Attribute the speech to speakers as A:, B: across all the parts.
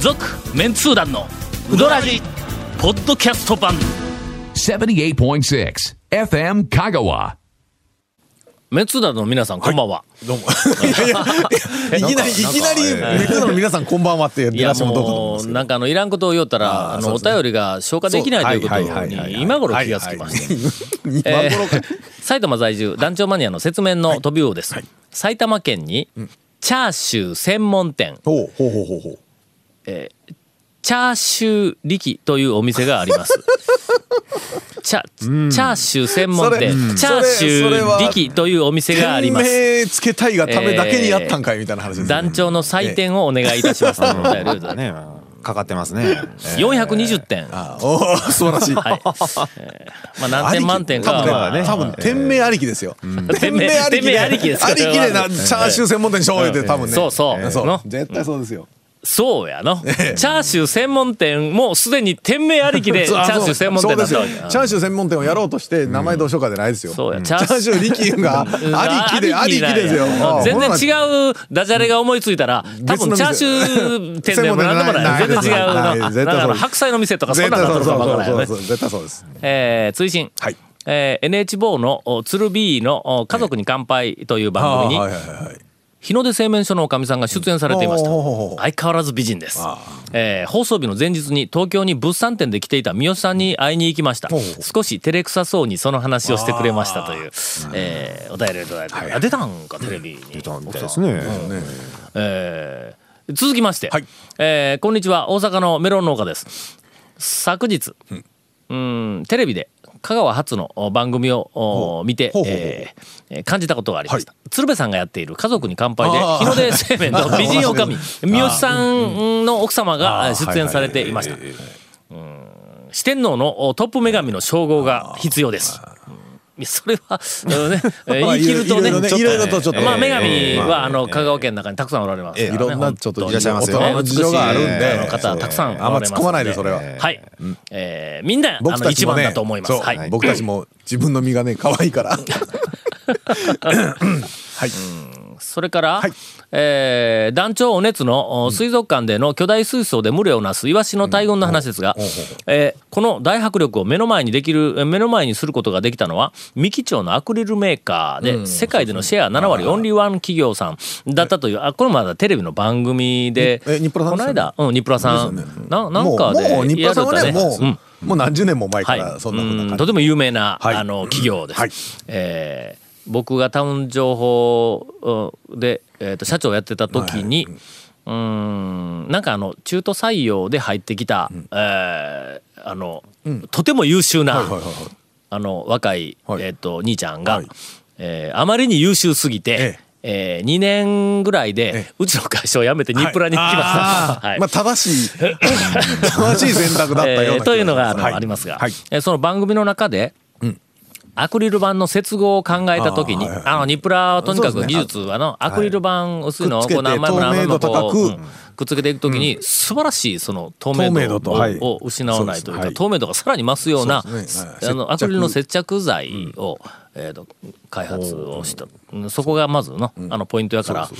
A: 続メンツー団のウドラジポッドキャスト版
B: 78.6 FM Kagawa.
A: メンツー団の皆さんこんばんは、
C: どうも。いやいやいきなり、いきなり、メトロの皆さんこんばんはって
A: い、
C: 出
A: や
C: だしもどうかと思うん
A: も
C: です
A: う
C: けど。
A: なんかあのいらんことを言おったらあの、お便りが消化できないということ
C: そうはいはいはいは
A: に
C: い
A: 今頃気がつきました、
C: 今
A: え
C: 頃か。
A: ー 埼玉在住団長マニアの説明の飛び王です、埼玉県にチャーシュー専門店
C: ほうほうほうほうほう。
A: チャーシュー力というお店があります チャチャーシュー専門店
C: それ
A: チャーシュ
C: それ
A: ー
C: は
A: 力というお店があり
C: 店
A: ます
C: 名つけたいがためだけにやったんかいみたいな話ですね。
A: 団長の採点をお願いいたします、お便りをいただいて
D: ねかかってますね。
A: 420点、
C: あおー素晴らしい。
A: はい、まあ何
C: あり
A: 点
C: き
A: 満点か
C: 多
A: は
C: 分ね、多分店名ありきですよ。
A: 店名店名ありきです
C: ありき
A: これ
C: で
A: は
C: なチャーシュー専門店にしよう言うて多分ね。
A: そうそう
C: そ
A: の
C: う。絶対そうですよ。
A: そうやのチャーシュー専門店もうすでに店名ありきでチ
C: そう
A: ャ
C: あ
A: ーシュー専門店だった
C: そう
A: わ
C: で
A: け
C: す
A: や
C: よチャーシュー専門店をやろうとして名前どうしようかじゃないですよ。
A: そうやチ
C: チ
A: ャ
C: ャ
A: ーシュー
C: ーシュー力があ りきでありきですよ。
A: うん全然
C: う。
A: 違うダジャレが思いついたら多分チャーシュー店でも何でもない
C: 専
A: 全然違
C: 門店じゃ
A: う
C: ない
A: の
C: ない絶対そうで
A: だ
C: す
A: から白菜の店とかそん
C: 絶
A: な
C: 対
A: んだった
C: そうそ
A: ら
C: う
A: ばからや
C: そう
A: ね
C: そう絶対そうです。
A: えー、追伸、
C: はい
A: えー NHB のお「鶴 B のお「家族に乾杯」という番組に、
C: あーはいはいはい。
A: 日の出製麺所のおかみさんが出演されていました
C: おうおうおうおう
A: 相変わらず美人です、えー放送日の前日に東京に物産展で来ていた三好さんに会いに行きました
C: おう
A: 少し照れくさそうにその話をしてくれましたという、えーお便りをいただいて、あ出たんかテレビに
D: 出たみたいですね。
A: えー続きまして、
C: はい
A: えーこんにちは大阪のメロン農家です昨日、うん、テレビで香川発のお番組をお見て
C: ほうほうほう
A: えーえー感じたことがありました、
C: は
A: 鶴瓶さんがやっている「家族に乾杯」で
C: あー
A: 日の出製 麺の美人女将三好さんの奥様が
C: あー
A: 出演されていました、うん四天王のおトップ女神の称号が必要ですうんそれは、うん ね、えー
C: まあ
A: 言い切るとね
C: いろいろね
A: ちょっ
C: いろいろとちょっと
A: まあ女神
D: えー
A: は
D: まあ
A: あの香川県の中にたくさんおられますからね
C: いろんなちょっと
A: 本当に
D: いらっしゃいますよ
C: 大人の事情があるん
A: 美しい
C: で
A: あの、方たくさんおられます
C: あんま突っ込まないで
A: ん
C: それは。
A: はい、えーみんなあ
C: 僕
A: の
C: たち
A: 一
C: も
A: 番
C: ね
A: だと思います
C: そう
A: はい、
C: 僕たちも自分の身がね可愛いから。はい。
A: それから、
C: はい
A: えー団長お熱のお水族館での巨大水槽で群れをなすイワシの大群の話ですが、えーこの大迫力を目の前にできるえ目の前にすることができたのは三木町のアクリルメーカーで世界でのシェア7割オンリーワン企業さんだったというあこれまだテレビの番組で
C: え日プラさん
A: この間、うん、日プラさん、
C: ですよね
A: ななんかで
C: もうもう日
A: や
C: 本
A: る
C: さん
A: と
C: はねも
A: うん
C: うもう何十年も前か
A: は
C: ら
A: い、
C: そんなこと
A: う
C: なん感
A: とても有名な、
C: はい
A: あの企業です、
C: はい
A: えー僕がタウン情報うんで、えー、と社長をやってた時に、うーんなんかあの中途採用で入ってきた、えーあのとても優秀な、
C: はいはいはいはい
A: あの若い、
C: はい
A: えー、と兄ちゃんが、
C: はい
A: えーあまりに優秀すぎて
C: え、
A: え2年ぐらいで、
C: ええ
A: うちの会社を辞めて日プラに来ました。
C: あー
A: はい
C: まあ正しい正しい選択だったような気がし
A: え
C: ま
A: ー
C: す
A: というのがあの
C: はい
A: ありますが、
C: はい
A: えーその番組の中で、アクリル板の接合を考えたときに、あ,、
C: あーはいはい
A: のニプラはとにかく
C: そうで
A: 技
C: すね
A: 術はの、アクリル板薄いのを
C: くっつけ
A: こう
C: て
A: 何枚も何枚も
C: 透明
A: こ
C: 度
A: う、
C: 高く
A: うんくっつけていくときに、素晴らしいその透明
C: 透明
A: 度
C: 度と
A: を,、
C: はい
A: を失わないというか、
C: そうですはい
A: 透明度がさらに増すような
C: そうですねはい
A: あの
C: 接着
A: アクリルの接着剤を、えーと開発をしたうんそこがまずの,、あのポイントやからそ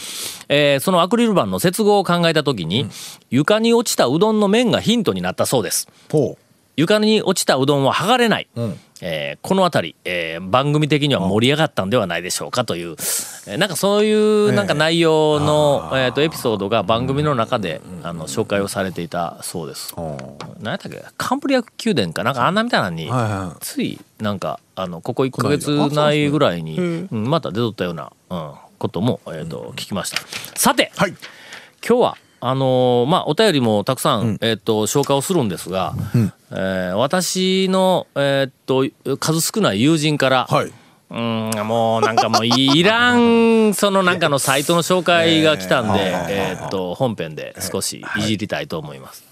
A: えーそのアクリル板の接合を考えたときに、床に落ちたうどんの麺がヒントになったそうです。
C: ほ
A: 床に落ちたうどんは剥がれない、えーこの辺り、えー番組的には盛り上がったんではないでしょうかという、えーなんかそういうなんか内容の、えーとエピソードが番組の中で、あの紹介をされていたそうです。何やったっけカンブリア宮殿かなんかあんなみたいなのに、
C: うはいはい
A: ついなんかあのここ1か月ないぐらいに、うんまた出とったような、うん、ことも、えーと聞きました。さて、
C: はい
A: 今日はあのーまあお便りもたくさん、えっと紹介をするんですが、えー私のえっと数少ない友人から、
C: はい。
A: うーんもうなんかもういいらんそのなんかのサイトの紹介が来た んで、えっと本編で少しいじりたいと思います。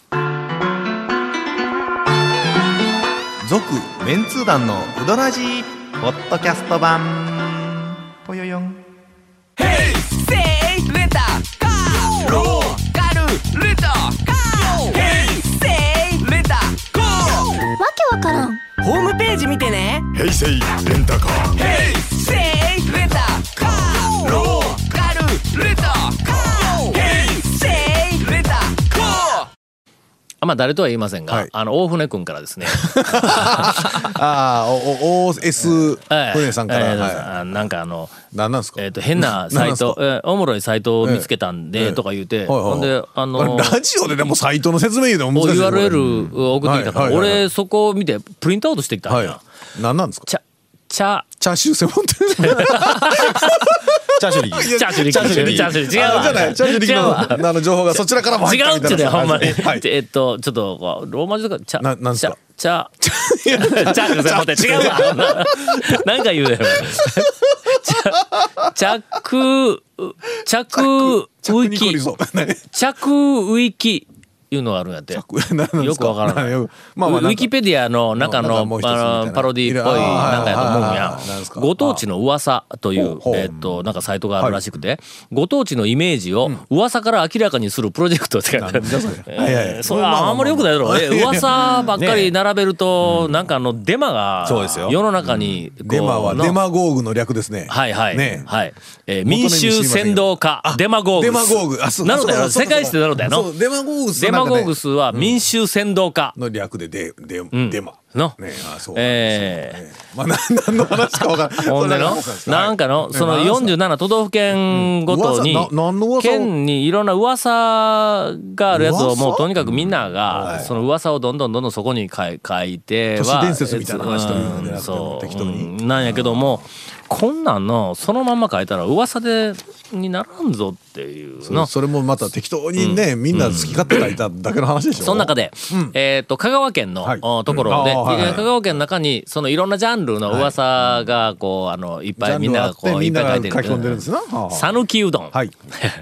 E: 続メンツー団のウドラジーポッドキャスト版ぽよよん
F: レンタカーローカルレンタカー平成レンタカー
G: わけわからん
F: ホームページ見てね平成レンタカー平成レンタカーローカルレンタカー平成レンタカー
A: あまあ誰とは言いませんが、
C: はい
A: あの大船くんから ですね
C: ああ、お、お、S、
A: ええ
C: 船さんか
A: え
C: ら。
A: え
C: は
A: あなんかあの
C: い。なんなんですか
A: えっと変なサイト、えーおもろいサイトを見つけたん
C: え
A: で
C: え
A: とか言うて、
C: はいはいはい
A: ほんであの
C: ラジオででもサイトの説明言うの
A: もう
C: 難しいですね。
A: URL を送ってきたから、
C: はいはいはいはい
A: 俺そこを見てプリントアウトしてきたん
C: こ
A: や、
C: れはい。何なんですか
A: ちゃちゃ
C: チャーシュー専門店
D: チャーシュー力。
A: チャーシュー力チャーシュー力違う
C: あ
A: わ
C: のじゃない、チャーシュー
A: 違うわ
C: 力のあの情報がそちらからも入
A: 違
C: った
A: う
C: み
A: ったちゅ
C: いな
A: うねんほんまに、
C: はい。
A: えっとちょっとローマ字とかちゃ
C: ななんすか
A: ちゃちゃ ちゃくせ待って違うわ なんか言うねんちゃ着着ウィ
C: ニコリ
A: キ
C: ゾー 何
A: 着ウィキいうのがあるんやって
C: 何なんです
A: よくわからない。
C: よく
A: ま
C: ま
A: あ
C: あまあ
A: ウィキペディアの中
C: な
A: の
C: んかもう一つみたいな
A: あのパロディっぽい
C: いろいろあー
A: なんかやと思うんや
C: はいはいはいなんです。か
A: ご当地の噂とい
C: ほ
A: う
C: うほ、う
A: えっと、なんかサイトがあるらしくて、ご当地のイメージを噂から明らかにするプロジェクトって書いてある。
C: はいはい
A: えーそれはあんまり良くないだろう。え噂ばっかり並べると、なんかあの、デマが
D: そうですよ
A: 世の中にこう、
C: デマは
A: の
C: デマゴーグの略ですね。
A: はいはい。
C: ねえ
A: はい。えー
C: 元の意
A: 民
C: 味知りません
A: 衆
C: よ
A: 扇動家、デマゴーグス。
C: デマゴーグ。あそう
A: なのだよ。世
C: そうそうそう
A: 界史ってなのだよな。
C: そうデマゴーグス
A: デマゴーグス
C: の
A: は民衆扇動家
C: 中での略でデデ
A: ん
C: デマ。
A: の、
C: ねあそう。
A: え
C: まあな何の話かわからない。
A: ー、ほんでの
C: そ、れは
A: なんかの、その
C: えなんす
A: 47都道府県ごとに
C: 噂な何の、噂を
A: 県にいろんな噂があるやつを、
C: 噂
A: もうとにかくみんな
C: は
A: が、
C: い
A: その噂をどんどんどんどんそこに書い書いては、
C: 都市伝説みたいな話というの
A: うん
C: でなくても
A: そう、
C: 適当に
A: うんなんやけども、こんなんの、そのまんま書いたら噂で、にならんぞっていうの。
C: それもまた適当にね、みんな好き勝手書いただけの話でしょ。
A: その中で、えっと香川県の、
C: はい
A: おところで、
C: うんあーはいはい
A: 香川県の中にそのいろんなジャンルの噂がこうあのいっ
C: ジ
A: ぱ
C: ャ
A: い
C: ン
A: みん
C: ルが
A: な
C: あ
A: が
C: っ
A: こ
C: て
A: うい
C: み
A: っ
C: ん
A: ぱ
C: な
A: 書
C: いが
A: い
C: 書
A: て
C: き
A: る
C: 込んでるんですな。はあ
A: 讃岐うどん、
C: はい。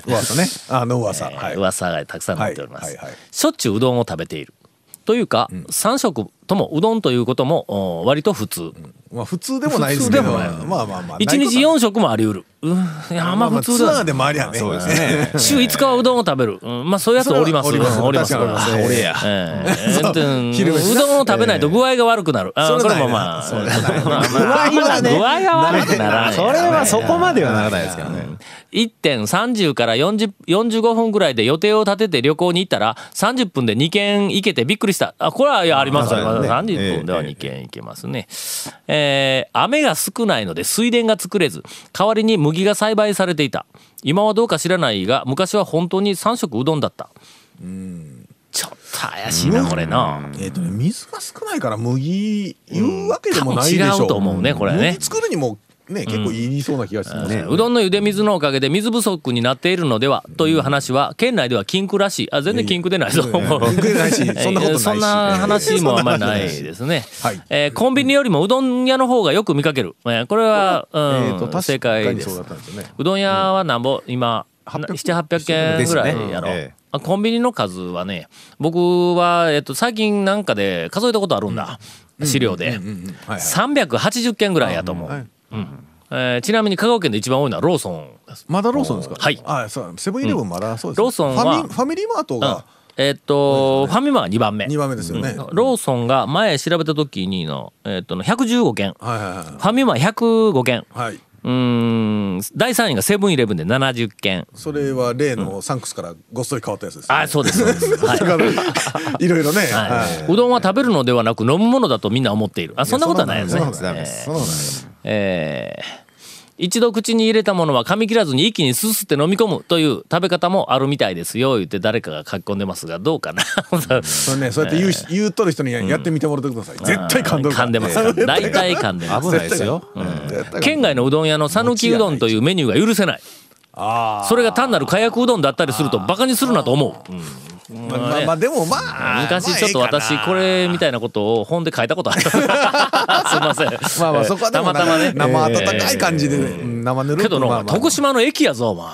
C: 噂ね。あの噂。
A: えー
C: はい。
A: 噂がたくさん載っております、
C: はいはいはい
A: しょっちゅううどんを食べているというか、三3食ともうどんということもお割と普通、
C: まあ普通でもないですけど。
A: 普通でもない
C: まあまあまあ。
A: 一1日4食もあり得るうんいやまあ普通
C: ツアー
A: だ
C: でもありゃね。
D: そうですね。
A: 週5日はうどんを食べる、うんまあそういうやつおります
C: それは
A: お
C: お
A: り
C: り
A: ま
C: ますす確かにおります
A: 俺
C: 俺
A: や
C: や
A: う
C: 昼飯なん
A: どんを食べないと具合が悪くなるあ
C: それ
A: これ
C: ないな
A: もまあ
C: それないな
A: まあまあ
D: 具合はね
A: 具合が悪くならない
D: それはそこまではならないですけどね。
A: 1点30から40 45分ぐらいで予定を立てて旅行に行ったら30分で2軒行けてびっくりしたあこれはいやあります
D: まあ
A: あります
D: ね
A: 30分では2軒行けますね、えー雨が少ないので水田が作れず代わりに麦が栽培されていた今はどうか知らないが昔は本当に3食うどんだったちょっと怪しいなこれな
C: えっとね、水が少ないから麦言うわけでもないでしょ。
A: 多分違うと思うねこれね
C: 麦作るにもね、結構言いそうな気がしますね。
A: うどんの茹で水のおかげで水不足になっているのではという話は県内では禁句らしいあ全然禁句でないぞ
C: いやいや禁句でないしそんなことないし
A: えーそんな話もあんまりないですね、
C: はい
A: えーコンビニよりもうどん屋の方がよく見かける、えーこれは、うん
C: えっと、
A: 正
C: 確か
A: 解
C: に
A: で
C: そう
A: す
C: だったんですよね。
A: うどん屋はなんぼ今700800件ぐらいやろ、
D: ですねええ
A: あコンビニの数はね僕は、えっと、最近なんかで数えたことあるんだ、資料で、
C: はいはい
A: 380件ぐらいやと思う、
C: はい
A: うんえーちなみに香川県で一番多いのはローソンです
C: まだローソンですか
A: はい
C: あそう、セブンイレブンまだそうです、
A: ローソンは
C: ファミファミリーマート
A: うん
C: が
A: えっと、ファミマは2番目
C: 2番目ですよね。はい
A: ローソンが前調べた時にの,、えっとの115件フ
C: はいは
A: ァミマは105件
C: い。はい。
A: うーん第3位がセブンイレブンで70件
C: それは例のサンクスからごっそり変わったやつです、ね。
A: あそうですそうです、 はい
C: いろいろね。
A: はい
C: は
A: うどんは食べるのではなく飲むものだとみんな思っているあそんなことはないです
D: そ
A: ね
D: んなことないです。そんなことないです。
A: えー一度口に入れたものは噛み切らずに一気にすすって飲み込むという食べ方もあるみたいですよ言って誰かが書き込んでますがどうかな
C: い。それね、そうやって言う,、言うとる人にやってみてもらってください。絶対感動
A: 噛ん でますから大体噛んでま
D: 危
A: す
D: ないですよ。
A: 県外のうどん屋の讃岐うどんというメニューが許せない
C: ああ。
A: それが単なる火薬うどんだったりするとバカにするなと思う、うん
C: まあまあ、まあでもまあ。
A: 昔ちょっと私これみたいなことを本で書いたことあるすいません
C: まあまあそこはでも
A: たまたまね
C: 生温かい感じでね、うん生ぬる
A: け
C: っと
A: どの、
C: まあまあ
A: 徳島の駅やぞお前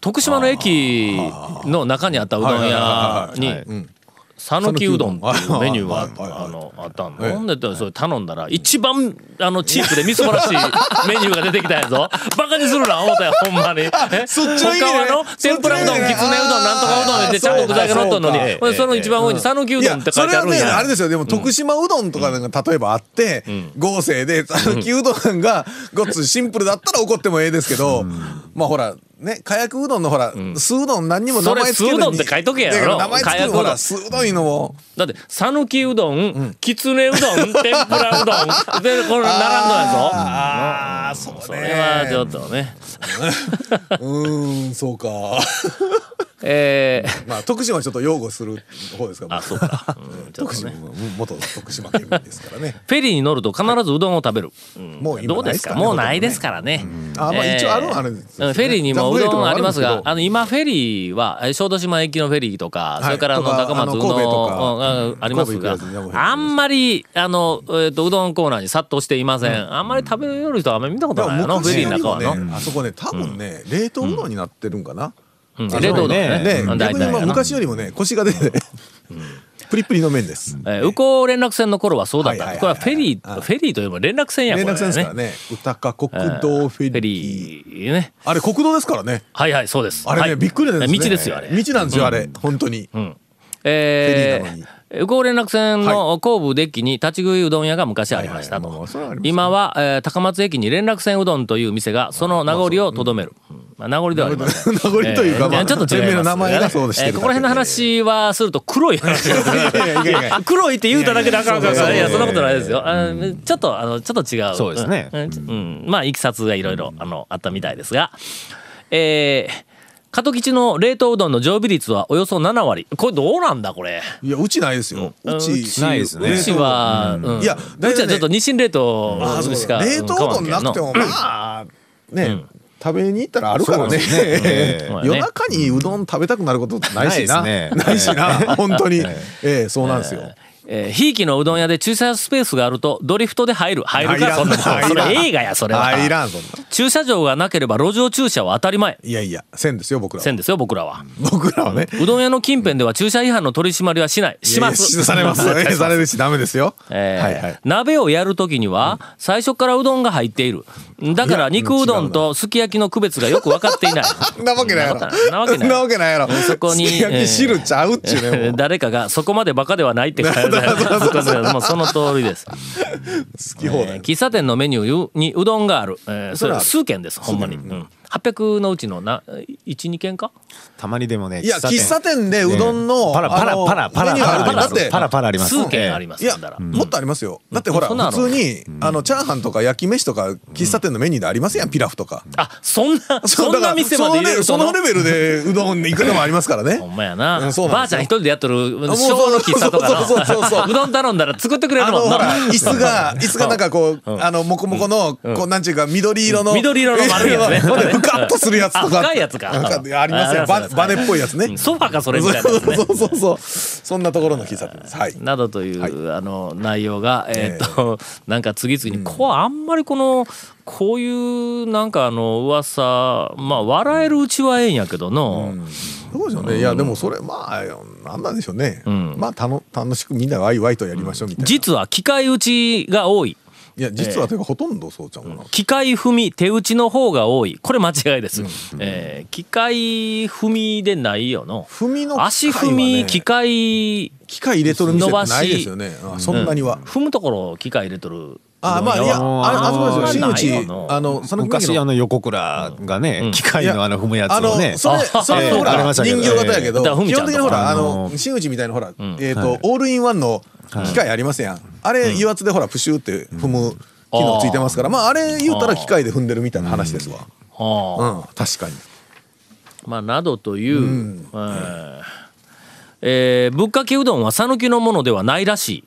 A: 徳島の駅の中にあったうどん屋に讃岐うどんっていうメニューが
C: はいはいはい
A: あのあったん
C: え
A: だ
C: え
A: ほんでそれ頼んだら一番あのチープでみすぼ らしいメニューが出てきたんやぞバカにするな思ったよほんまにえ
C: そっちの意
A: 他
C: 味でね
A: はの天ぷらうどん
C: そっちの意味で
A: き
C: ね
A: つねうどんなんとかうどん言ってちゃんと具材が乗っとんのに
C: あー
A: ほんでその一番上に讃岐う
C: い
A: どん
C: や
A: って書
C: そ
A: いてあ
C: れは
A: るん
C: ね
A: や
C: あれですよでも徳島うどんとかなんか例えばあって、豪勢で讃岐うどんがごっつシンプルだったら怒ってもええですけど、まあほらね、かやくうどんのほら、すうどん何にも名
A: それ
C: 前つけるのに
A: 酢うどんって書いとけやろ
C: だから名前つけるの
A: かやくう
C: ほ
A: どん
C: ら、すうどんいう のも。
A: だって、讃岐うどん、きつねうど ん、天ぷらうどん、で、これ並んどないぞ。
C: ああ、そうね。
A: それはちょっとね。
C: うーん、そうか。
A: えー、
C: まあ、徳島はちょっと擁護する方ですから
A: あ、。そうか。うんちょっ
C: 徳
A: と
C: 島
A: ね。
C: も元徳島県民ですからね。
A: フェリーに乗ると必ずうどんを食べる。うん
C: もう今
A: どうですか
C: ないですかね
A: もうないですからね。
C: あまあ
A: えー
C: 一応あるのはあるんですよね
A: うんフェリーにもう
C: ザ
A: どんあります
C: フェ
A: が
C: リーと、か
A: あの、今フェリーは、えー小豆島行きのフェリーとか、
C: い
A: それからあの
C: とか
A: 高松
C: あの
A: の
C: 神戸とか
A: うんあありますが
C: 神戸行くやつに、
A: あんまり、あの、えーと、うどんコーナーに殺到していません。あんまり食べよる人はあんまり見たことないな
C: でも
A: の、フェリー
C: 昔
A: の
C: より
A: 中
C: も
A: はの。
C: ね、あそこね、多分ね、冷凍うどんになってるんか
A: う
C: な。
A: ん
C: あ
A: 冷凍うどん
C: そう
A: ね。うん大体
C: 逆にま
A: や
C: あ
A: な。
C: 昔よりもね、腰が出て、プリプリの麺です。
A: えー、右高連絡船の頃はそうだっ
C: はい
A: た。
C: はい
A: これ
C: はい
A: はフェリー、フェリーといえば連絡船や
C: 連絡船ですから
A: これ
C: ね。歌か国道フ
A: フェ
C: ェリー。
A: リーね。
C: あれ国道ですからね。
A: はいはい、そうです。
C: あれ
A: は
C: ね、
A: い
C: びっくりなんですね。
A: 道ですよ、あれ。
C: 道なんですよ、あれ。本当に。
A: え
C: フェリーなのに
A: ー、右高連絡船の後部デッキに立ち食いうどん屋が昔ありました
C: はいはいまあま
A: と
C: あそれはあり。ますよ
A: 今は、えー高松駅に連絡船うどんという店が、その名残をとどめる。うんまあ、名残ではありません。
C: 名 残というか
A: えー
C: まあ
A: ちょっと違います
C: 店名の名前がそうしてる
A: えーここら辺の
C: だけで
A: 話はすると黒い話ですね。
C: いやいやいや
A: 黒いって言うただけであかんからさ
C: いや
A: い
C: い
A: や
C: や
A: そんなことないですよあのちょっとあのちょっと違う
D: そうですね
A: うんうんうんまあいきさつがいろいろあのあったみたいですがえー加藤吉の冷凍うどんの常備率はおよそ7割これどうなんだこれ
C: いや、うちないですよ。う
A: う
C: ち。
D: ないですね
A: うちは、うん
C: いや
A: う
C: 大
A: ち
C: 体ね
A: はちょっと日清冷凍
C: ああそう
A: しか
C: だ冷凍うどんなくても、まあ、ね、食べに行ったらあるからね。
D: ええ
A: うん
C: 夜中にうどん食べたくなることってないしな。
D: ないですね
C: ないしな。本当に。ええ、そうなんですよ。
A: えー、ひいきのうどん屋で駐車スペースがあるとドリフトで入る入る
C: 入
A: から
C: ん
A: そんなもん
C: 入
A: そ
C: らん
A: れ映画やそれは
C: あいらん、そんな。
A: 駐車場がなければ路上駐車は当たり前
C: いやいや、せんですよ、僕ら
A: せ
C: は。
A: んですよ僕らは、
C: 僕らはね。
A: うどん屋の近辺では駐車違反の取り締まりはしない しま
C: いやい
A: す
C: やされます。ええされるし、ダメですよ。
A: えー
C: はいはい。
A: 鍋をやるときには最初からうどんが入っているだから
C: いや
A: 肉うどんとすき焼きの区別がよく分かってい ない
C: なわけないやろ。
A: なわけない
C: なわけないやろ。
A: そこに
C: すき焼
A: えー
C: き汁ちゃうっちゅうね。もう
A: 誰かがそこまでバカではないって書いてある もうその通りです、
C: 好き放
A: えー
C: 題。
A: 喫茶店のメニューにうどんがある、えーそ
C: それ
A: れ
C: は
A: 数軒ですほんまに、うん、800のうちのな12軒か
D: たまにでもね、
C: いや、喫茶店でうどんの。
D: パラパ
C: あ
D: ラ
C: の
D: パラパラ
C: メニューある
D: パラ
C: だって
D: パラパラあります。
A: 数軒あります
C: いや
A: だから、
C: もっとありますよ。だってほら、
A: そんなの
C: 普通に、あの、チャーハンとか焼き飯とか、喫茶店のメニューでありますやん、ピラフとか。
A: あそ んな
C: う
A: そん
C: だか
A: な
C: ら
A: 店まで入れると
C: そのレベルそのレベルでうどんいくらもありますから
A: ほ
C: ね。
A: んまやな。
C: うんそうな
A: ば
C: んですよ
A: あちゃん一人でやっとる、
C: う
A: 昭和の喫茶とかな。
C: そうそうそうそうそう
A: うどん頼んだら作ってくれ
C: あ
A: る
C: の、
A: もん
C: ほら
A: な。、
C: 椅子が、椅子がなんかこう、あの、もこもこの、こう、なんちゅうか、緑色の。
A: 緑色の丸いやつ ね
C: ほんで、ふかっとするやつとか。
A: あ深いやつか
C: なんいやあります
A: あ
C: よ。
A: あり
C: バ
A: ます
C: ネバネっぽいやつね。
A: ソファかそれみ
C: そ
A: たい
C: う
A: なやつね。
C: そうそうそう。そんなところの喫茶店です。はい。
A: などという、
C: はい
A: あの内容が、えーっと なんか次々に、こうあんまりこのこういうなんかあの噂まあ笑えるうちはええんやけどの、
C: どうでしょうね。いや、でもそれ、まあ、なんなんでしょうね。
A: ん
C: まあ、たの楽しくみんなワイワイとやりましょうみたいな。
A: 実は機械打ちが多い
C: いや、実はというか、ほとんどそうちゃうかな。
A: 機械踏み手打ちの方が多いこれ間違いです、えー機械踏みでないよの
C: 踏みの機械はね
A: 足踏み機械
C: 機械入れとる店ってないですよね。あそんなには。
A: 踏むところを機械入れとる
C: あまあいや、あれ、あそこですよ。
A: ない
C: 新
A: よ
C: 内、
A: な
C: あの、その
D: 昔あの横倉がね、機械のあの踏むやつ
C: あ
D: を
C: の、
D: ね、
C: それ、それ、
D: あ
C: ほ
D: あり
C: ら、
D: まし
C: 人形
D: たけど
C: 型やけ
A: だ
C: ど、
A: からふみ
C: 基
A: ちゃん
C: 本
A: と
C: 的
A: か
C: にほら、
D: あ
C: あ
D: の
C: の、新内みたいなほら、えっと、オールインワンの機械ありますやん。あれ、油圧でほら、プシューって踏む機能ついてますから、まあ、あれ言ったら機械で踏んでるみたいな話ですわ。
A: はあ
C: うん、確かに。
A: まあ、などという、えーえーぶっかけうどんは讃岐のものではないらしい。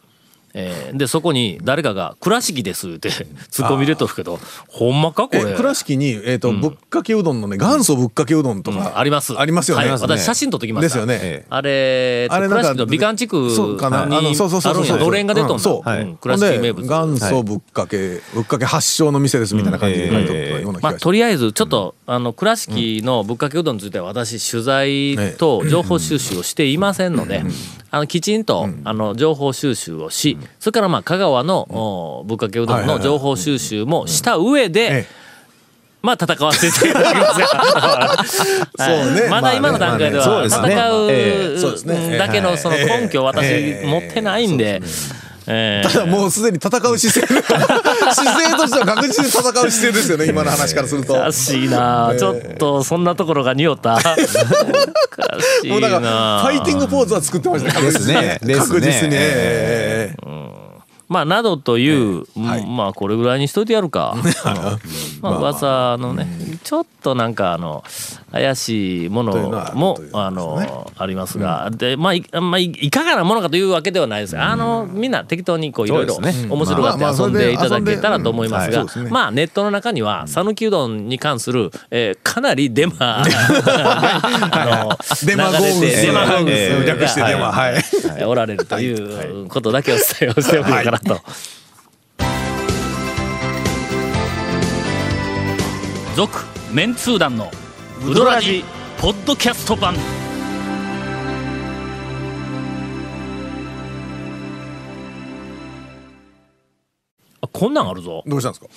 A: えーでそこに誰かが「倉敷です」って ツッコミ入れとるけどほんまかこ
C: え、
A: れ
C: 倉敷に、えっと、ぶっかけうどんのね、元祖ぶっかけうどんとか。
A: あります
C: ありますよ
A: はい
C: ね。
A: 私写真撮ってきました
C: ですよね。
A: あれ
C: あれなん
A: 倉
C: か
A: 敷の美観地区に
C: そうかな
A: あ
C: あのそうそうそうそ
A: るんや
C: う
A: のれんが出とん
C: うん
A: だ、
C: そううん
D: はい
A: 倉敷名物
C: ほんで元祖ぶっかけ、ぶっかけ発祥の店ですみたいな感じで書いてあったような気
A: まあ、
C: がしま
A: とりあえずちょっと、あの倉敷のぶっかけうどんについては私取材と情報収集をしていませんので、あのきちんと、あの情報収集をし、それからまあ香川の、おぶっかけうどんの情報収集もした上で、
C: ええ
A: まあ戦わせていただきますが
C: そうね
A: はいまだ今の段階で
D: ま
A: は
D: あね
A: 戦
D: そうですねええ
C: そうです
A: う
C: ね
A: だけのその根拠を私
C: ええ
A: 持ってないんで。ええ
C: ただもうすでに戦う姿勢姿勢としては確実に戦う姿勢ですよね今の話からすると。
A: おかしいな、
C: えー
A: ちょっとそんなところが匂ったお かし
C: もう
A: い
C: だから
A: な
C: ファイティングポーズは作ってましたね
D: ですね
C: 確実に確
D: です
C: 実
D: ね
C: にええ
A: まあなどという、うんまあこれぐらいにしといてやる かまあ噂のね、ちょっとなんかあの怪しいもの
C: というのはある
A: も
C: ということ
A: あ
C: ですね
A: のありますが、でまあい,、まあ、いいかがなものかというわけではないですが、あのみんな適当にこういろいろ
D: そうですね
A: 面白が
C: まあ
A: っ
C: ま
A: て遊
C: あ
A: ん
C: それ
A: で
C: で
A: いただけたらと思います
C: 遊んでうんは
A: が
C: いそうですね
A: まあネットの中には讃岐うどんに関する、えーかなりデマが あの
C: デマゴ
A: 流
C: ーグル
A: れて
C: ス
A: デマゴーグルス
C: ええ略してデマ
A: が
C: はい
A: えーおられるということだけを伝えをしておくのかなと。続、メンツー団のウドラジポッドキャスト版こんなんあるぞ、
C: どうしたんですか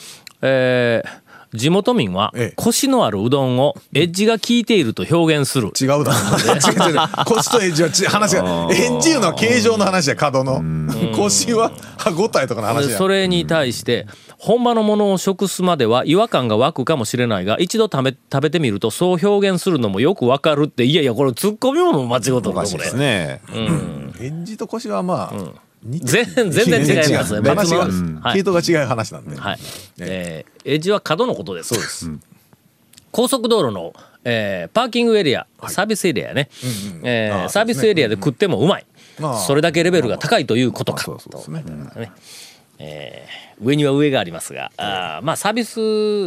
A: えー地元民は
C: ええ
A: コシのあるうどんをエッジが効いていると表現する
C: 違う だろ違う違う違う 腰とエッジはち話がエッジいうのは形状の話や角の 腰は歯応えとかの話
A: で
C: や
A: それに対して本場のものを食すまでは違和感が湧くかもしれないが一度食べ食べてみるとそう表現するのもよくわかるっていやいやこれツッコミも間違うと
D: お
A: こ
D: か
A: れ
D: しいですね。
C: エッジと腰はまあ似て
A: 全全然違います
C: 違う
A: 別
C: 話が
A: 物ですはい
C: 系統が違う話なんで
A: はいえーエッジは角のことですそうです、高速道路の、えーパーキングエリアサービスエリアね、えー
C: ああ
A: サービスエリアで食ってもうまい、
C: うんああ
A: それだけレベルが高いということか、
C: そうそうですね
A: ねえー上には上がありますが、あーまあサービ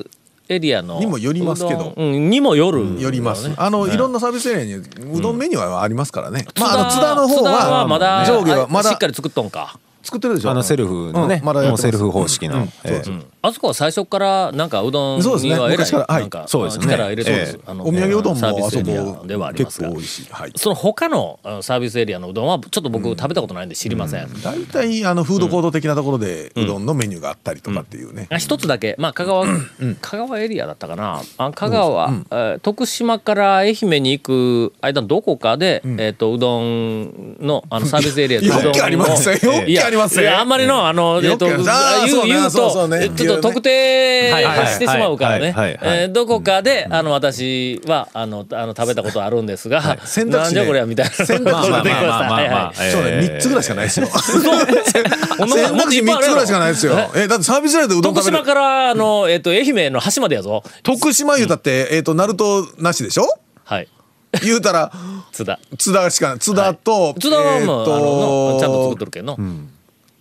A: スエリアの
C: にもよりますけど
A: うどんうんにもよる、
C: よります
A: ね
C: あのいろんなサービスエリアにうどんメニューはありますからねまああの津
A: 津
C: 田の方
A: 津田はまだ
C: は上下はま
A: しっ
C: だ
A: かり作っとんか、
C: 作ってるでしょ
D: あのセルフのね、
C: うんまだやって
D: もう
C: ます
D: セルフ方式の。ええ
A: あそこは最初からなんかうどんに
C: そうですね
A: はえらい
C: 昔からはい
A: なんか
D: そうですね
A: 力入れてます
D: ええ
A: あの
C: お土産うどんも
A: サービ
C: あ
A: ス
C: そ
A: エリアではあ
C: こ
A: ります
C: 結
A: が
C: 構多いしはい
A: その他のあのサービスエリアのうどんはちょっと僕食べたことないんで知りません、
C: 大体あのフードコート的なところでうどんのメニューがあったりとかっていうね、
A: あ一つだけ、まあ、香川、香川エリアだったかなあ香川、えー徳島から愛媛に行く間どこかで、えー、とうどんのあのサービスエリアでう
C: よ
A: どんの
C: くありますよよ
A: い
C: く
A: や
C: あります
A: い
C: よ
A: やあんまりのあの、えっと
C: よくあ
A: 言
C: り
A: う
C: ますあーそうね
A: 言うと
C: そうそうね
A: ちょっと特定
D: はいはい
A: してしまうからね
D: はいはいはい
A: えーどこかであの私はあのあの食べたことあるんですが、
C: 選択肢ね
A: なんじゃこりゃみたいな
C: 選択肢ね
A: まあまあまあまあまあはいはい
D: ええ
C: そうね、3つぐらいしかないですよ。
A: こんなもんもっといっぱいあるやろ
C: 選択肢3つぐらいしかないですよ。え、だってサービスエリアでうどん
A: 徳
C: 食
A: 島
C: べる。
A: からあの、えっと愛媛の端までやぞ
C: 徳島言うたって、えっと、鳴門なしでしょ
A: はい
C: 言うたら、
A: 津田
C: 津田しかない。津田と、
A: 津田はもう、
C: えーと
A: あののちゃんと作っとるけどの、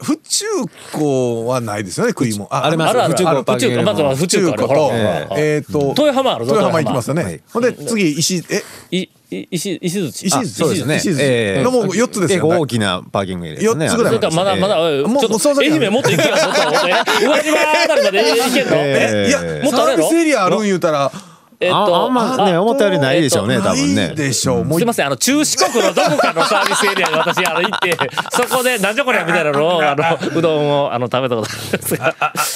C: 府中湖はないですよね、食いもん。あ
D: あります
A: あるある
D: 府中湖
A: 府中湖まずは府
C: 府
A: 中
C: 中
A: 湖ある
C: 湖
A: ほ
C: と
A: ら、
C: えっと、
A: 豊浜あるぞ
C: 豊浜行きますよ
A: 豊浜
C: ね。ほんで、次、石、え、
A: いい石石槌
C: 石
A: あ
C: 槌
D: そうですね
C: 石。槌
D: ええ
C: のもう四つですよ
D: 結構大きなパーキングエリアですね。
C: 四つ
A: そ
C: ぐらい
A: れからまだまだ、
D: え
A: おい
C: もう
A: ちょっ
C: もうそ
A: と
C: の先
A: 愛
C: は
A: 媛もっと行けよちょっと思って宇和島あたりまで行けんの
D: え
C: え、いや、
A: もっと
C: サ
A: あるやろ
C: ービスエリアあるん言うたら、
A: え
D: え
A: っ
D: ああんまね、思ったよりないでしょうね、多分
C: な
D: ね
C: い。でしょう。もう
A: すいませんあの中四国のどこかのサービスエリアに私あの行 ってそこでなんじゃこりゃみたいなのをあのうどんをあの食べたこと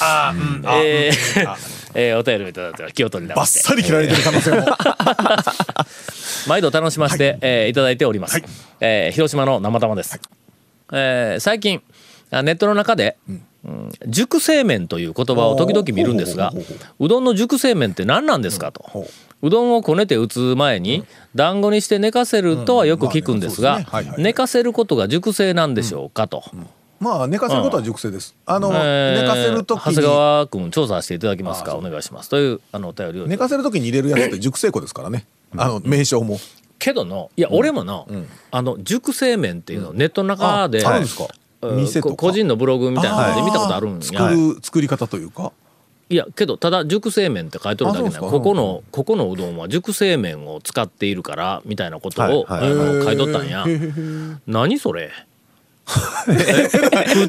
A: あ るんで すがえーえーお便りをいただいたら気を取り
C: バ
A: 直
C: ッ
A: して
C: サリ切られてる可能性も。
A: 毎度楽しまして、えーいただいております、えー広島の生玉です、えー最近あネットの中で、うん熟成麺という言葉を時々見るんですが
C: ほうほうほう
A: うどんの熟成麺って何なんですかとうどんをこねて打つ前に団子にして寝かせるとはよく聞くんです
C: うん
A: が
C: まあねそうですねはいはいはい
A: 寝かせることが熟成なんでしょうかと、
C: まあ寝かせることは熟成です。あの、
A: えー
C: 寝かせる時
A: 長谷
C: に
A: 川君調査していただけますかお願いしますというあのお便りを
C: 寝かせる時に入れるやつって熟成庫ですからね。あの名称も。
A: けどのいや俺もの、あの熟成麺っていうのをネットの中で、
C: あるんですか。
A: うん
C: 店と
A: こ
C: か。
A: 個人のブログみたいなので見たことあるん
C: ー
A: や、
C: 作る作り方というか。
A: いやけどただ熟成麺って書いてるだけ
C: あそう
A: な
C: です
A: ん
C: か
A: ここのここのうどんは熟成麺を使っているからみたいなことを、
D: はい
A: あの
C: へー
A: 書いとったんや
C: へー
A: 何そ れ普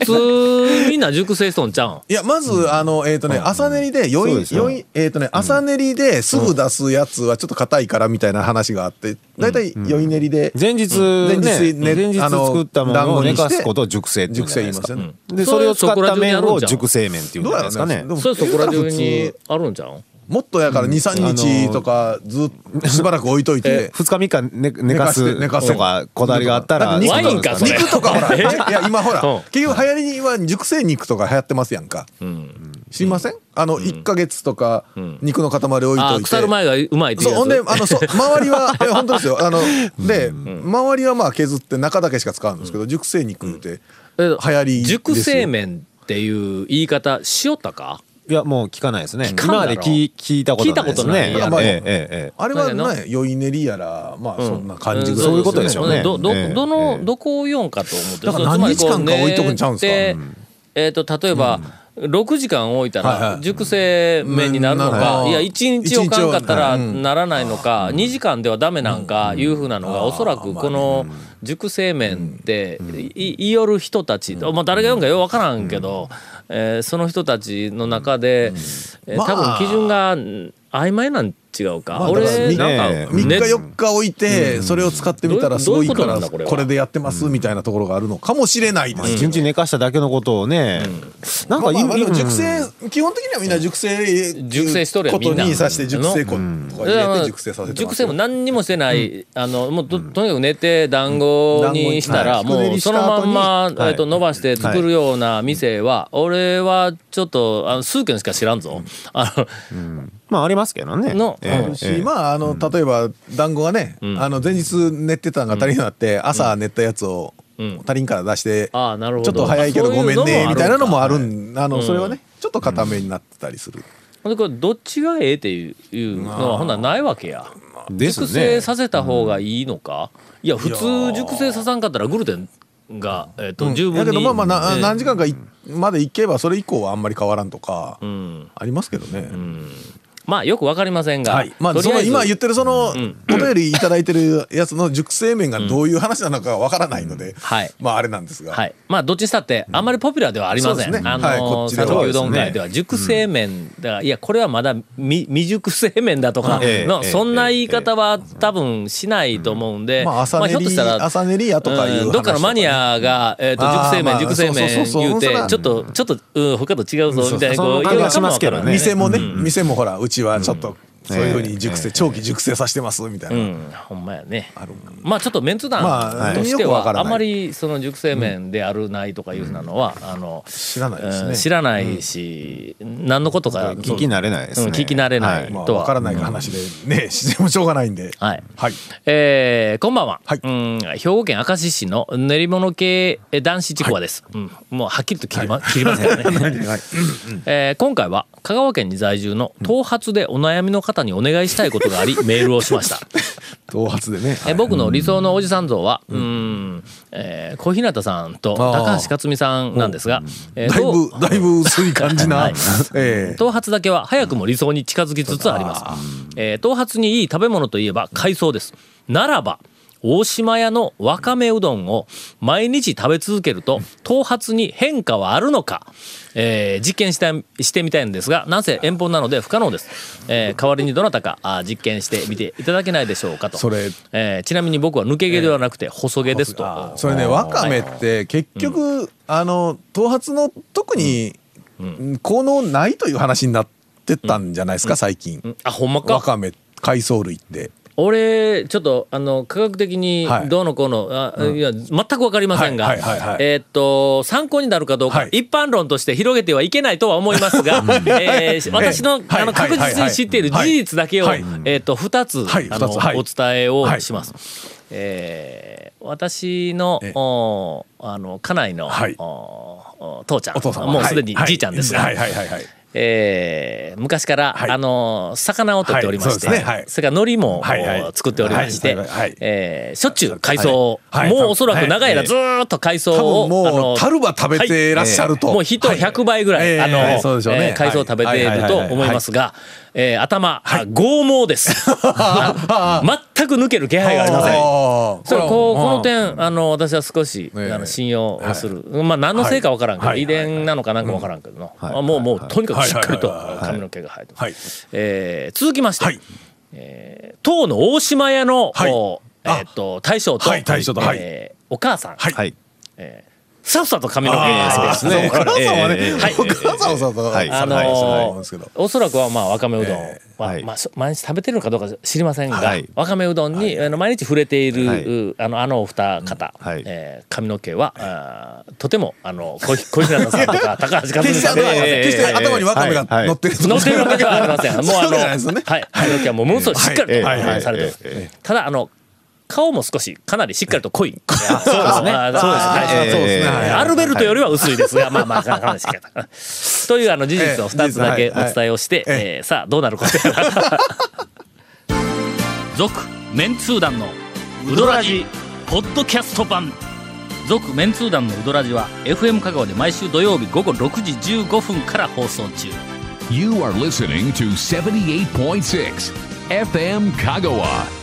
A: 通みんな熟成しとんちゃうん
C: いやまずあのえっとね朝練りで余
D: そう
C: 韻
D: ですよ
C: 余韻えっとね朝練りですぐ出すやつはちょっと硬いからみたいな話があって、だいたい余韻練りで
D: 前日
C: 前
D: ね、
C: 日ね
D: 前日
C: あの
D: 作ったものを寝かすことを熟成っていうん
C: 熟
D: じゃ
C: 成
D: ない
C: 言
D: で
C: いますよ。ね。
D: すかで、それを使った麺を熟成麺っていう
C: ど
D: んじ
C: う
D: ゃ
C: やろ
D: ないで
C: う
D: すか
C: ね。
D: ね
C: で。も
A: それそこら中
C: 言
A: に
C: うた普通
A: あるんちゃうん
C: もっとやから23日とかずっとしばらく置いといて。
D: 二日三日寝寝か
C: 寝かして寝か
D: す
C: せ
D: とかこだわりがあったら
C: だって
A: ワインかそれ
C: 肉とかほらいや今ほら
A: うん
C: 結局流行りには熟成肉とか流行ってますやんか、知りませんあの1か月とか肉の塊置い
A: あー
C: といて
A: 腐る前がうまいって
C: そうほんで
A: や
C: あのそう周 りはいや本当ですよあので、周りはまあ削って中だけしか使うんですけど、熟成肉って流
A: つ
C: 行りですよ
A: 熟成麺っていう言い方しよったか
D: いやもう聞かないですね
A: 聞かん
D: 今
A: だ
D: ま
A: ろ
D: で聞聞いたことないです
A: 聞
D: ね
A: いた
C: ことないや
D: えええええ
C: あれは
A: なん
C: ね酔い練りやらまあそんな感じぐらい、
D: そういうことでしょうね
A: どど
D: ええ
A: ど
D: え
A: の
D: え
A: どこを言おうんかと思って
C: だから
A: そうつまりこ
C: 何日間か置いとくんちゃうんすか
A: 寝てえっと例えば6時間置いた
C: はい
A: ら
C: はい
A: 熟成麺になるのか
C: うん
A: いや1日置かんかったら
C: 一日置い
A: ならないのか2時間ではダメなんかいうふうなのがおそらくこの熟成麺っていいよる人たちまあ誰が言うんかよう分からんけどえーその人たちの中でえー
C: まあ
A: 多分基準が曖昧なん違うか
C: まあ
A: 俺
C: だから
A: なん
C: ね
A: か
C: 3日
A: ね
C: 4日置いてそれを使ってみたらす
A: どう
C: ご
A: いう
C: い
A: どういうこと
C: か
A: なん
C: ら
A: だこれは
C: これでやってますみたいなところがあるのかもしれないですけど
D: 一日寝かしただけのことをねなん
C: ま
D: か
C: あまあまあで
D: 今
C: も熟成、基本的にはみんな熟成
A: 熟成しとるやん
C: こ
A: みん
C: と
A: な
C: にさして熟成粉とか入れて熟成させてます
A: 熟成も何にもしてない、あのもうととにかく寝て団子にしたら、
D: うん団子にはい
A: もうそのまんま、
D: ひくね
A: え
D: りした後に
A: っと
D: はい
A: 伸ばして作るような店は、俺はちょっとあの数軒しか知らんぞ、あの
D: まあありますけどね
A: の
D: ええ
A: うん
D: ええ
C: まああの例えば団子がね、あの前日練ってたのが足りなくなって、朝練ったやつを足りんから出して、
A: ああなるほ
C: ちょ
A: ど
C: っと早いけどごめんねみたいなのもある
A: ん
C: んあのそれはねちょっと固めになってたりする、
A: でこれどっちがええっていういうのはほんならないわけや、
D: です
A: 熟
D: ね
A: 成させた方がいいのか、いや普通熟成ささんかったらグルテンが、えっと十分に
C: だけどまあまあな、
A: ええ
C: 何時間かいまでいけばそれ以降はあんまり変わらんとか、ありますけどね、
A: まあよくわかりませんが、
C: はいまあ、
A: と
C: そ
A: りあ
C: の
A: えず
C: 今言ってるそのお便りいただいてるやつの熟成麺がどういう話なのかわからないので、
A: はい
C: まああれなんですが、
A: はい、まあどっちにしたってあんまりポピュラーではありませ
C: そ
A: ん、
C: うですね
A: あ
C: はいこ
A: の
C: っちでは
A: 讃岐うどん界では熟成麺だからいやこれはまだ未未熟成麺だとか
D: ええ
A: の
D: ええ
A: そんな言い方は多分しないと思うんで
C: まあ朝
A: ひ
C: 練
A: ょっと
C: り、
A: したら
C: 朝練りやとかいう話とかね、
A: うんどっかのマニアが、えー、と熟成
C: あーま
A: 麺
C: あ
A: 熟成麺
C: そうそうそう
A: 言うて
C: そんな
A: ちょっとちょっと、うん、他と違うぞみたいな
D: そう
A: こう
D: そん
A: 言うか
D: な感じは
A: もわからん
D: しますけどね
C: 店もね、店もほらうちはちょっとそういうふうに熟成、
D: ええ
C: 長期熟成させてますみたいな、
A: うん、ほんまやね。まあちょっとメンツ
C: ま
A: 団
C: あ
A: として
C: よくわ
A: は、
C: から
A: あ
C: ない
A: んまりその熟成麺であるないとかいうふうなのは、あの、
C: 知らないですね
A: うん知らないし、何のことか
D: 聞き慣れないですね
A: うん聞き慣れない
D: は
C: まあ
A: とは
C: 分からない話でね自然もしょうがないんでは
A: はいえーこんばんは、
C: はい
A: うん兵庫県明石市の練り物系男子ちくわです、うん、もうはっきりと切りま,、切りません よね、えー今回は香川県に在住の頭髪でお悩みの方にお願いしたいことがあ りメールをしました
C: 頭髪でね、
A: え僕の理想のおじさん像は、うーん、えー小日向さんと高橋克実さんなんですが、えー
C: だい
A: と
C: ぶだいぶ薄い感じな、
A: はい
C: ええ
A: 頭髪だけは早くも理想に近づきつつあります、えー頭髪にいい食べ物といえば海藻ですならば大島屋のわかめうどんを毎日食べ続けると頭髪に変化はあるのか、えー実験したしてみたいんですがなんせ遠方なので不可能です、えー代わりにどなたかあー実験してみていただけないでしょうかと
C: それ
A: えーちなみに僕は抜け毛ではなくて細毛ですと、
C: それねわかめって結局、あの頭髪の特に、効能ないという話になってったんじゃないですか、最近、
A: あほんまか
C: わかめ海藻類って
A: 俺ちょっとあの科学的に
C: はい
A: どうのこうの、あいや全く分かりませんが、
C: はいはいはいはい
A: えーっと参考になるかどうか、
C: はい
A: 一般論として広げてはいけないとは思いますが、 えー私の,、
C: ええ
A: あの
C: はい
A: 確
C: はいはい
A: 実に知っている事実だけを、
C: はい
A: えーっと2つ、
C: はい
A: あの
C: 二つはい
A: お伝えをします。
C: は
A: えー私の
C: ええ
A: おあの家内の、
C: はい
A: おお父ちゃん
C: お父さんは
A: もうすでに
C: はい
A: じいちゃんですが、
C: はいはいはいはい
A: えー昔から、
C: はい
A: あの魚を取っておりまして、
C: はいそ
A: そ
C: うですねはい
A: れから海苔も、
C: はいはい
A: 作っておりまして、
C: はいはい
A: えーしょっちゅう海藻を、
C: はいはい
A: もうおそらく長い間
C: はい
A: ずーっと海
C: 多分
A: 藻を、あ
C: も
A: の
C: うタルバ食べてらっしゃると、
A: もう人100倍ぐらい、
C: ええ
A: あの、
C: ええそうでしょうね
A: えー海藻を食べてい
C: はい
A: る
C: はい
A: と
C: はいはい
A: 思いますが、えー頭、あ剛毛 です。あ全く抜ける気配がありません。
C: あー
A: それこうこ
C: は
A: の点あの私は少し、
C: ええ
A: あの信用する、まあ何のせいかわからんけど、遺伝なのかなんかわからんけどな、あもうもうとにかくしっかりと
C: はいはいはいはい
A: 髪の毛が生えてます、
C: はい
A: えー続きまして、
C: はい
A: 当の大島屋の、
C: はい
A: おえーっと大将と,、
C: はい大将とはい
A: えーお母さん、
D: はい
A: さっさと髪の毛
D: あーそうです
A: そ
D: ね
A: こから
D: お母さんはね
A: えーはい
C: お母さんはさ、
D: はい
A: あの
D: はいそうだと
C: 思うんですけ
A: ー
C: ど
A: おそらくはまあわかめうどん
C: え
A: は、
D: はい
A: まあ、そ毎日食べてるのかどうか知りませんが、
D: はい
A: わかめうどんに、あの毎日触れている、
D: はいう
A: あのあのお二方、
D: うんはい
A: えー髪の毛は、あーとてもあの小小日向さんとか高橋克
C: 決
A: 実さ
C: して
A: んと
C: 頭に
A: か
C: は、
D: えー
C: 決して頭にワカメが
D: はい
C: 乗ってると
A: 乗
C: か
A: ってるわけではありません。もうあ
C: そうじゃないですよ
A: の、
C: ね
A: はい、髪の毛はもうものすごいしっかりと、
D: はい
A: えー
D: はい
A: されてる、
D: え
A: ただあの顔も少しかなりしっかりと濃い。そうですね。 そうですね。
D: そうですねえー
A: はいアルベルトよりは薄いですが、まあまあ、かなりしっか りと。というあの事実を二つだけお伝えをして、
C: はいはい
A: えーさあどうな ることやら。続メンツー団のウドラジポッドキャスト版。続メンツー団のウドラジは FM 香川で毎週土曜日午後6時15分から放送中。
B: You are listening to 78.6 FM Kagawa.